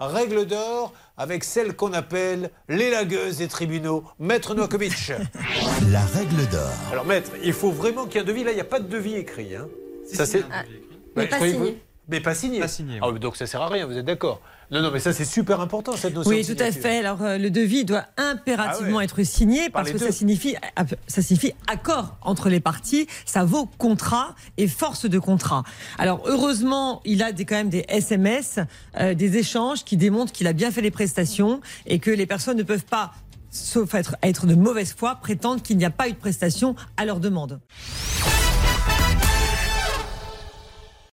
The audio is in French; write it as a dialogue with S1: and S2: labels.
S1: règle d'or avec celle qu'on appelle les lagueuses des tribunaux, Maître Novakovic.
S2: La règle d'or.
S1: Alors Maître, il faut vraiment qu'il y ait un devis. Là, il n'y a pas de devis écrit. hein. Ça, c'est...
S3: Mais
S1: Ouais,
S3: pas
S1: Bah, je croyais que
S3: signé.
S1: vous- Mais pas signé.
S4: Pas signé,
S1: Ah, donc ça sert à rien, vous êtes d'accord. Non, non, mais ça c'est super important cette notion.
S3: Oui,
S1: de
S3: tout à
S1: signature.
S3: fait. Alors, euh, le devis doit impérativement
S1: Ah ouais.
S3: être signé
S1: Par
S3: parce
S1: les
S3: que
S1: deux.
S3: ça signifie, ah, ça signifie accord entre les parties. Ça vaut contrat et force de contrat. Alors, heureusement, il a des, quand même des SMS, euh, des échanges qui démontrent qu'il a bien fait les prestations et que les personnes ne peuvent pas sauf être, être de mauvaise foi, prétendre qu'il n'y a pas eu de prestation à leur demande.